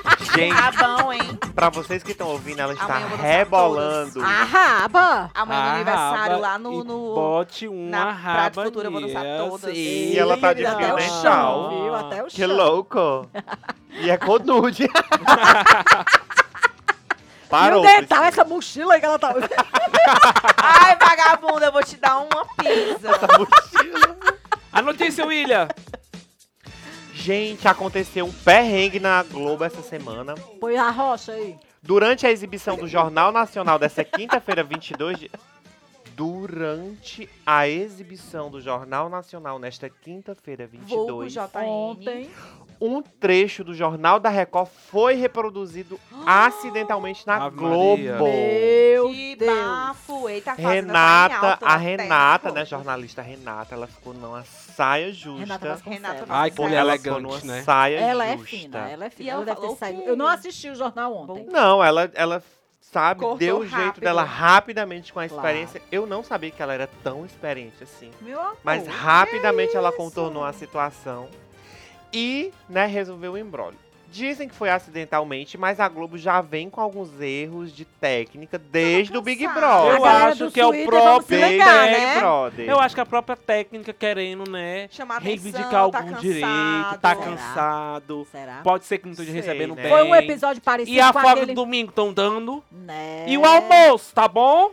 Gente, Rabão, Tá hein? pra vocês que estão ouvindo, ela está Amanhã eu vou dançar Ah. rebolando. A raba. Amanhã Ah, Arraba no aniversário lá no. e no- Bote uma na Praia do raba Futuro, eu vou dançar nias, todas. E ela tá de Eita, fio até o dental. chão, viu? Até o Que chão. louco. E é com nude. E o Parou. dental, Priscila. é essa mochila aí que ela tá. Ai, vagabunda, eu vou te dar uma pizza. Essa mochila. A notícia, William. Gente, aconteceu um perrengue na Globo essa semana. Põe a rocha aí. Durante a exibição do Jornal Nacional dessa quinta-feira, 22 de... Durante a exibição do Jornal Nacional nesta quinta-feira, Vulgo 22, JN. Ontem. um trecho do Jornal da Record foi reproduzido acidentalmente na Ave Maria. Globo. Meu Que Deus. bafo, ele tá fazendo Renata, a né? Renata, Tempo. né, jornalista Renata, ela ficou numa saia Renata justa. Vasconcelos. Renata Ai, que mulher ela é elegante, ficou numa né? saia Ela é justa. fina, ela é E fina. ela Ela deve falou ter saído. que- Eu não assisti o jornal ontem. Não, ela, ela sabe, Cortou deu o jeito rápido. dela rapidamente com a Claro. experiência. Eu não sabia que ela era tão experiente assim. Meu amor. Mas rapidamente ela contornou a situação e, né, resolveu o embrólio. Dizem que foi acidentalmente, mas a Globo já vem com alguns erros de técnica desde o Big cansada. Brother. Eu A galera acho do que é o Twitter, vamos se próprio ligar, Big né? Brother. Eu acho que a própria técnica querendo, né? Chamar atenção, reivindicar tá algum cansado. direito, tá Será? cansado. Será? Pode ser que não esteja Sei, recebendo né? bem. é. Tá Foi um episódio parecido E a com folga do aquele... domingo estão dando. Né? E o almoço, tá bom?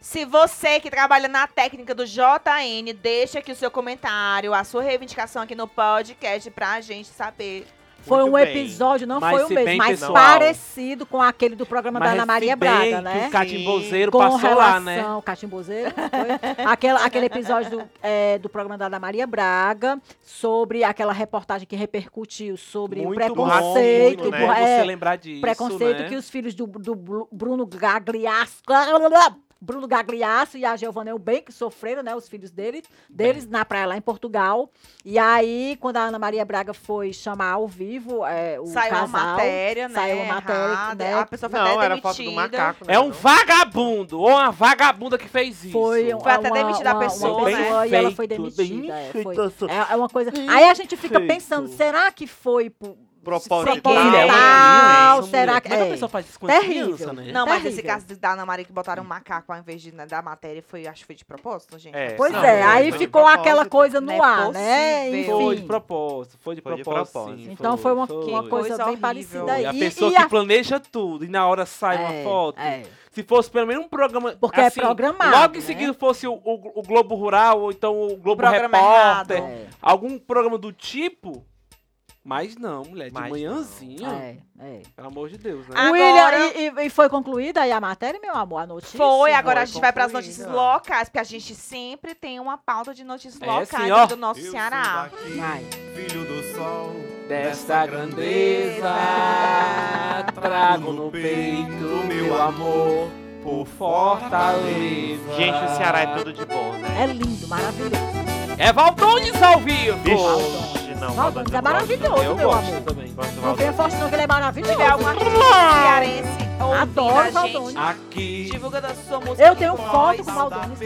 Se você que trabalha na técnica do JN, deixa aqui o seu comentário, a sua reivindicação aqui no podcast pra gente saber. Foi Muito um bem. episódio, não Mas foi o se mesmo, bem, mas pessoal- parecido com aquele do programa da Mas Ana Maria se bem Braga, que né? O catimbozeiro Com passou relação lá, né? ao catimbozeiro, foi? Aquela, aquele episódio do, é, do programa da Ana Maria Braga, sobre aquela reportagem que repercutiu sobre o Muito bom, muito preconceito, muito do- bom né? é, você lembrar disso, preconceito né? que os filhos do, do Bru- Bruno Gagliasso. Bruno Gagliasso e a Giovanna bem que sofreram, né? Os filhos dele, deles na praia lá em Portugal. E aí, quando a Ana Maria Braga foi chamar ao vivo é, o Saiu casal... a matéria, né? saiu a matéria, errada, né? A pessoa foi Não, até era foto do demitida. macaco. né, É um não? vagabundo ou uma vagabunda que fez isso. Foi, um, é Foi uma- até demitida a uma- uma pessoa, pessoa né? E ela foi Bem feito, demitida. bem é, foi. feito essa- É, é uma coisa. Bem Aí a gente fica feito. é pensando, será que foi por- um Proposital. proposital? Mulher, é um será né? mulher. que Mas a é? pessoa faz isso com Terrível. criança, né? Não, mas esse Terrível. caso da Ana Maria que botaram um macaco ao invés de, da matéria, foi, acho que foi de propósito, gente. É, Pois não, foi é, aí de ficou aquela propósito. coisa no Não é ar, né? possível. Foi de Enfim. propósito, foi de Foi de propósito. propósito. sim, Então foi uma, foi. uma coisa Coisa bem horrível. parecida E aí. a E- pessoa e que a- planeja tudo e na hora sai É, uma foto. é. Se fosse pelo menos um programa. Porque é assim, programado, Logo em né? seguida fosse o, o- o Globo Rural ou então o Globo programa é, Repórter. errado. Algum programa do tipo. Mas não, mulher, de Mas não. manhãzinha, É, é. pelo amor de Deus, né? Ah, Agora- William, e- e, e foi concluída aí a matéria, meu amor? A notícia? Foi, agora a gente vai para as concluída. notícias locais, porque a gente sempre tem uma pauta de notícias É, locais sim, ó. do nosso Ceará. Vai. filho do sol. Desta grandeza, trago no peito meu amor por fortaleza. Gente, o Ceará é tudo de bom, né? É lindo, maravilhoso. É Valdones ao vivo! Vixe, não, Valdones é eu gosto. maravilhoso, Eu meu gosto amor. também. Gosto do Não Valdones. tem forte não, que ele é maravilhoso. Se tiver algum artista cearense ouvindo Adoro a Valdone. gente, Aqui, divulga da sua música. Eu tenho com foto nós. com o Valdones.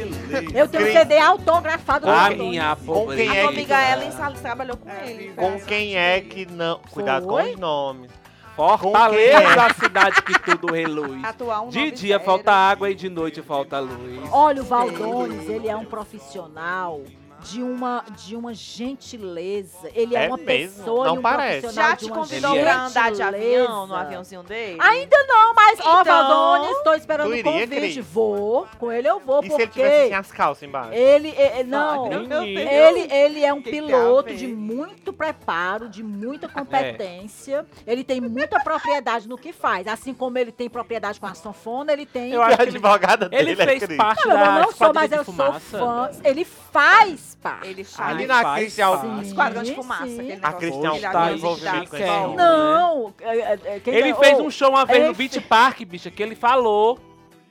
Eu tenho um CD autografado do a Valdones. Ah, minha pobreza. quem é A que- amiga Ellen Salles trabalhou com ele. né? Com quem é que não. Cuidado com Foi? os nomes. é? é? Fortaleza, a cidade que tudo reluz. Atuar um De nome dia sério. falta água e de noite falta luz. Olha, o Valdones, ele é um profissional de uma, de uma gentileza. Ele é, É uma mesmo? pessoa Não e um parece. profissional Já de te uma convidou pra andar de gentileza. avião, no aviãozinho dele? Ainda não, mas, ó, Então, Valdones, tô esperando tu o iria, convite. Cris? Vou, com ele eu vou, E se ele porque tivesse assim, ah, sem as calças embaixo? ele, é- é- não, Meu Deus. ele, ele é um Que que piloto tem a de ver? muito preparo, de É. muita competência. Ele tem muita propriedade no que faz. Assim como ele tem propriedade com a sanfona, ele tem. Eu acho que a advogada Ele dele é fez Cris. parte Não, eu da não sou, Esquadrilha mas de eu sou fumaça. fã. Ele faz parte. Ah, Ele faz. Ali Ele na faz Cris tem algum- parte. Esquadrão de Sim, fumaça. sim. aquele A negócio. Cristian Ele é está ali envolvido com está esse com- homem. Não. é- é- é- quem Ele tá- fez ô, um show uma vez no ele Beach fe- Park, bicha, que ele falou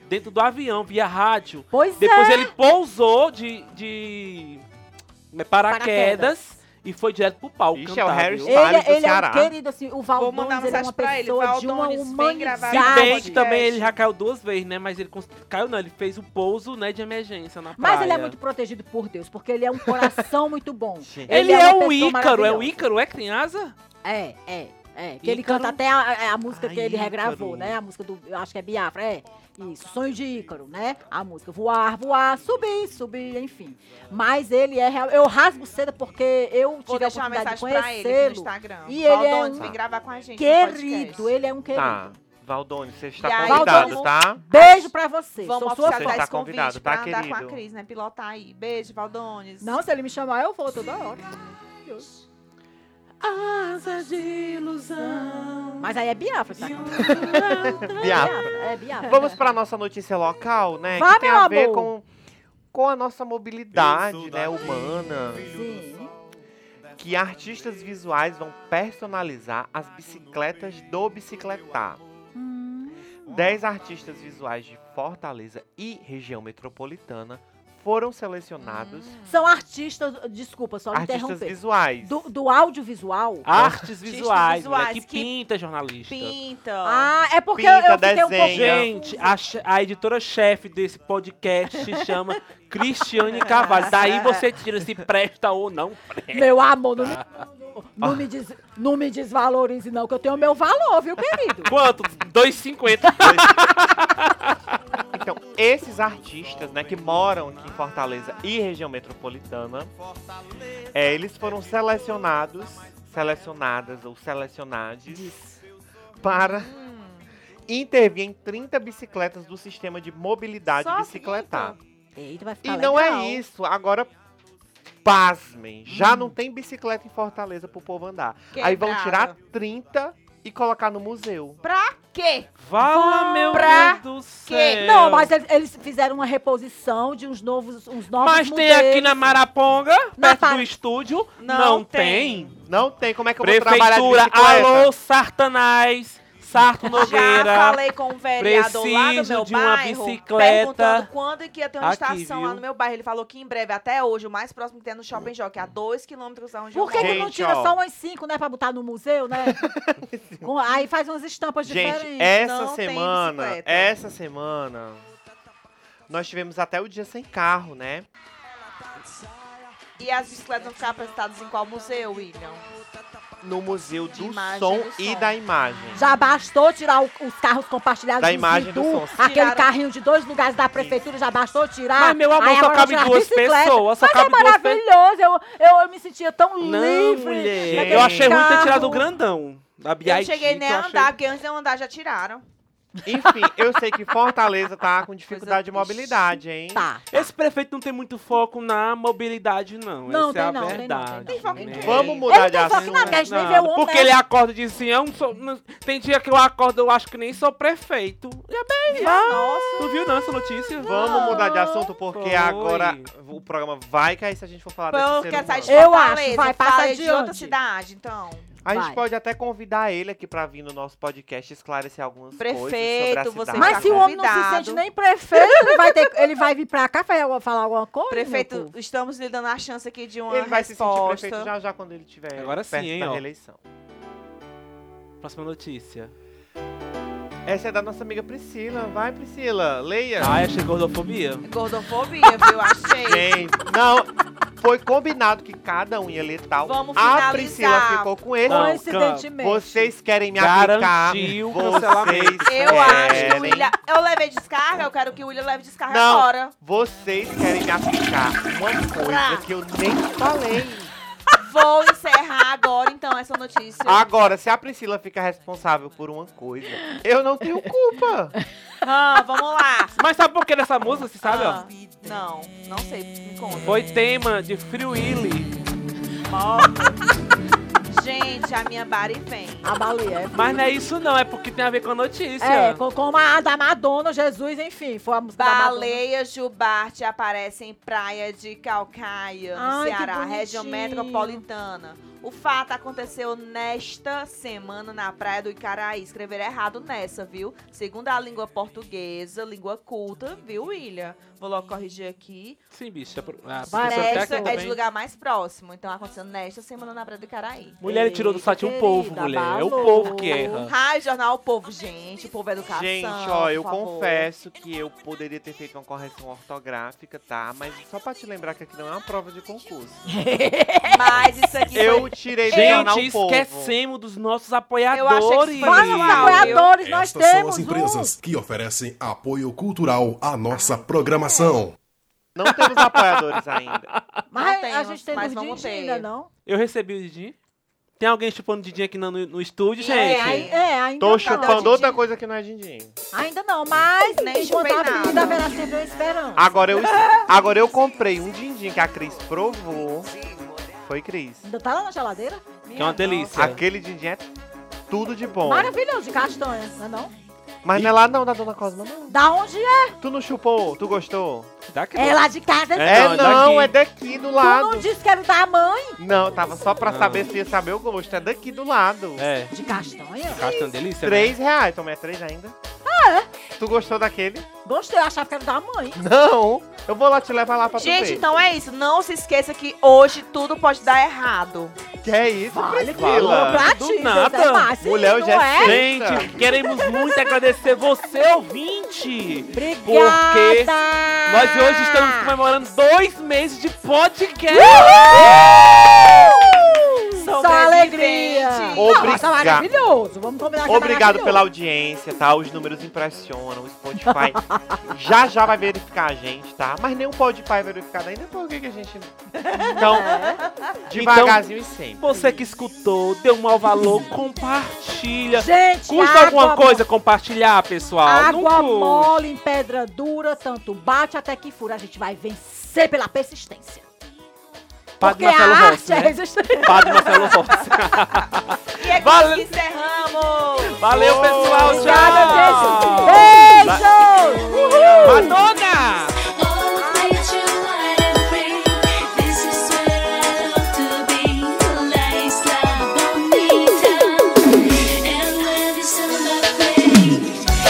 dentro do avião, via rádio. Pois Depois é. ele pousou de, de né, paraquedas, Paraquedas. e foi direto pro palco Ixi, é cantar, o Harry viu? Styles. Vale do Ele, ele é Ceará. um querido, assim, o Vou Valdones ele mandar é mensagem uma pra ele. pessoa de uma Valdones, vem gravar Se Vale. bem que tá, humanidade. Podcast. também ele já caiu duas vezes, né? Mas ele cons- caiu não, ele fez o pouso, né, de emergência na praia. Mas ele é muito protegido por Deus, porque ele é um coração muito bom. Gente, Ele, Ele é é, uma o pessoa Ícaro, é o maravilhosa. Ícaro, é que tem asa? É, é, é. Que ele Ícaro? canta até a, a- a música que Ah, ele Ícaro. regravou, né? A música do, eu acho que é Biafra, é. Isso, Sonho de Ícaro, né? A música Voar, Voar, Subir, Subir, enfim. Mas ele é real. Eu rasgo cedo porque eu Vou tive a deixar uma oportunidade de mensagem pra ele aqui no conhecê-lo. Instagram. E ele é Valdones, um vem gravar com a gente. no podcast. Querido, ele é um querido. Tá. Valdone, você está E aí, convidado, vamos- tá? Beijo pra você. Vamos Sou sua Você fã. oficializar está esse convite convidado, pra tá, andar com a querido? Cris, né? Pilotar aí. Beijo, Valdones. Não, se ele me chamar, eu vou toda hora. Asa de ilusão. Mas aí é Biafra, tá? Biafra. É Biafra. Vamos para nossa notícia local, né? Vá, que tem meu a ver amor. com, com a nossa mobilidade, né, humana. Sim. Que artistas visuais vão personalizar as bicicletas do bicicletar. Hum. Dez artistas visuais de Fortaleza e região metropolitana foram selecionados São artistas, desculpa, só me artistas interromper. visuais. Do, do audiovisual? Artes visuais, visuais, mulher, que, que pinta jornalista. Pintam. Ah, é porque Pinta, eu fiquei desenha. um pouco... Gente, a, che- a editora-chefe desse podcast se chama Cristiane Carvalho. Daí você tira se presta ou não. Meu amor, não, Ah. não, me des- não me desvalorize não, que eu tenho meu valor, viu, querido? Quanto? 2,50. Então, esses artistas, né, que moram aqui em Fortaleza e região metropolitana, é, eles foram selecionados, selecionadas ou selecionados para Hum. intervir em 30 bicicletas do sistema de mobilidade Só bicicletar. Eita, vai E ficar não então, tá legal. Hum. é isso, agora pasmem, já não tem bicicleta em Fortaleza pro povo andar. Aí vão tirar 30 e colocar no museu. Que? Fala, meu Pra Deus do céu. é. quê? Não, mas eles, eles fizeram uma reposição de uns novos, uns novos Mas tem modelos. aqui na Maraponga, Na perto Par- do estúdio. Não, Não tem. Não tem, como é que eu vou Prefeitura, trabalhar de bicicleta? alô, Sartanás, Sarto Já Nogueira. falei com um vereador lá do Preciso meu de uma bairro, bicicleta. perguntando quando que ia ter uma Aqui, estação viu? lá no meu bairro. Ele falou que em breve, até hoje, o mais próximo que tem é no Shopping Jockey, a 2 quilômetros da onde Por que, eu que moro. não Gente, tira ó. só umas cinco, né, pra botar no museu, né? Com- Aí faz umas estampas Gente, é diferentes. essa Não tem semana, bicicleta. essa semana, nós tivemos até o dia sem carro, né? E as bicicletas vão ficar apresentadas em qual museu, William? No Museu do Imagem Som do e Som. da Imagem. Já bastou tirar o- os carros compartilhados Da dos imagem do Bidu, som. aquele Tiraram. carrinho de dois lugares da prefeitura, já bastou tirar. Mas, meu amor, Aí só agora cabe tirar a duas é, bicicleta. pessoas, só Mas cabe é duas pe- maravilhoso, eu, eu, eu me sentia tão Não, livre. Tá. mulher. naquele Eu achei ruim ter carro. tirado o grandão. Da Eu não BIT, cheguei nem que eu a achei- andar, porque antes de eu andar já tiraram. Enfim, eu sei que Fortaleza tá com dificuldade de mobilidade, hein? Tá. Esse prefeito não tem muito foco na mobilidade, não. Não, Essa tem é a não, tem não, tem verdade. não. Tem foco em né? tudo. Vamos Ele tá mudar não de tem foco assunto. em nada, a gente nem vê é o homem porque mesmo. ele acorda e diz assim, eu não sou, não- tem dia que eu acordo, eu acho que nem sou prefeito. E é bem, Nossa. Tu viu não essa notícia? Vamos mudar de assunto, porque Foi. agora o programa vai cair se a gente for falar Eu desse ser quero sair de humano. Eu Fortaleza, acho, vai fala passar aí de outra adiante. cidade, então. A gente Vai. pode até convidar ele aqui pra vir no nosso podcast esclarecer algumas coisas sobre a Prefeito, você cidade. Mas se o homem não se convidado. sente nem prefeito, ele vai, ter, ele vai vir pra cá fazer- falar alguma coisa? meu Prefeito, povo? estamos lhe dando a chance aqui de uma Ele vai se sentir resposta. prefeito já já quando ele tiver Agora sim, perto hein, da ó. reeleição. Próxima notícia. Essa é da nossa amiga Priscila. Vai, Priscila, leia. Ah, achei gordofobia. Gordofobia, viu? Achei. Gente, não. Foi combinado que cada um ia ler tal. Vamos a finalizar. Priscila ficou com esse. Não, Coincidentemente. Vocês querem me aplicar. Garantiu o Vocês cancelamento. Eu acho que o querem- William. Eu levei descarga, eu quero que o William leve descarga né? Não. agora. Vocês querem me aplicar uma coisa que eu nem falei. Vou encerrar agora, então, essa notícia. Agora, se a Priscila fica responsável por uma coisa, eu não tenho culpa. Ah, vamos lá. Mas sabe por que dessa música, você sabe, Ah, ó? Não, não sei. Me conta. Foi tema de Free Willy. Gente, a minha body vem. A baleia. é- Mas não é isso não, é porque tem a ver com a notícia. É, co- como a da Madonna, Jesus, enfim, foi a música Baleia jubarte aparece em praia de Calcaia, no Ai, que Ceará, região bonitinho. metropolitana. O fato aconteceu nesta semana na praia do Icaraí. Escreveram errado nessa, viu? Segundo a língua portuguesa, língua culta, viu, William? Vou logo corrigir aqui. Sim, bicho. A, pro- a Vai, professora Essa Nesta técnica é de também. lugar mais próximo, então aconteceu nesta semana na praia do Icaraí. Mulher ele tirou do site o Eita, povo, querida, mulher. É o abalou. povo que erra. Rádio Jornal o Povo, gente. O povo é educação. Gente, ó, eu por favor. confesso que eu poderia ter feito uma correção ortográfica, tá? Mas só pra te lembrar que aqui não é uma prova de concurso. Mas isso aqui Eu tirei do jornal Gente, o povo. esquecemos dos nossos achei apoiadores. que isso foi da Madonna. Mas apoiadores, nós Estas são temos as um. empresas que oferecem apoio cultural à Ah, nossa é? programação. Não temos apoiadores ainda. Mas Não a temos, gente tem mas do vamos Didi ter. ainda, não? Eu recebi o Didinho. Tem alguém chupando Didinho aqui no, no estúdio, É, gente? aí- É, ainda Tô não. chupando Didi. outra coisa que não é din-din. Ainda não, mas Nem enquanto chupei a vida nada. haverá sempre uma esperança. Agora eu, agora eu comprei um din-din que a Cris provou. Foi Cris. Ainda tá lá na geladeira? Que é uma delícia. Aquele din-din é tudo de bom. Maravilhoso, de castanha, não é não? Mas não é lá não, da Dona Cosma, não. Da onde é? Tu não chupou? Tu gostou? Daqui- É lá de casa. É, É. É, não, é não, daqui. é daqui do Tu não lado. disse que era da mãe? Não, tava só pra Não. saber se ia saber o gosto. É daqui do lado. É. De castanha? Casta uma delícia. né? Três reais. Tomei três ainda. Ah, é? Tu gostou daquele? Gostei, eu achava que era da mãe. Não. Eu vou lá te levar lá pra tu Gente, ver. então é isso. Não se esqueça que hoje tudo pode dar errado. Que é isso, Olha que Priscila? louco pra Do ti, isso nada. é massa, hein? Mulher, eu Não já é? né? sei. Gente, queremos muito agradecer você, ouvinte. Obrigada! Nós hoje estamos comemorando dois meses de podcast. Só Sobrevivente. alegria! Não, tá Obrigado. maravilhoso. Vamos combinar que é Obrigado pela maravilhoso. audiência, tá? Os números impressionam, o Spotify já já vai verificar a gente, tá? Mas nem o Podpah é verificado ainda, por que que a gente... Então, É. devagarzinho e sempre. Você que escutou, deu um mau valor, compartilha. Gente, Custa água alguma mo- coisa compartilhar, pessoal? Não Água custa. mole em pedra dura, tanto bate até que fura. A gente vai vencer pela persistência. Padre Porque a Marcelo arte Rossi, é né? resistência. Padre Marcelo Rossi. E é Valeu. que encerramos. Valeu, pessoal. Tchau. Beijos! Madonna!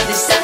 This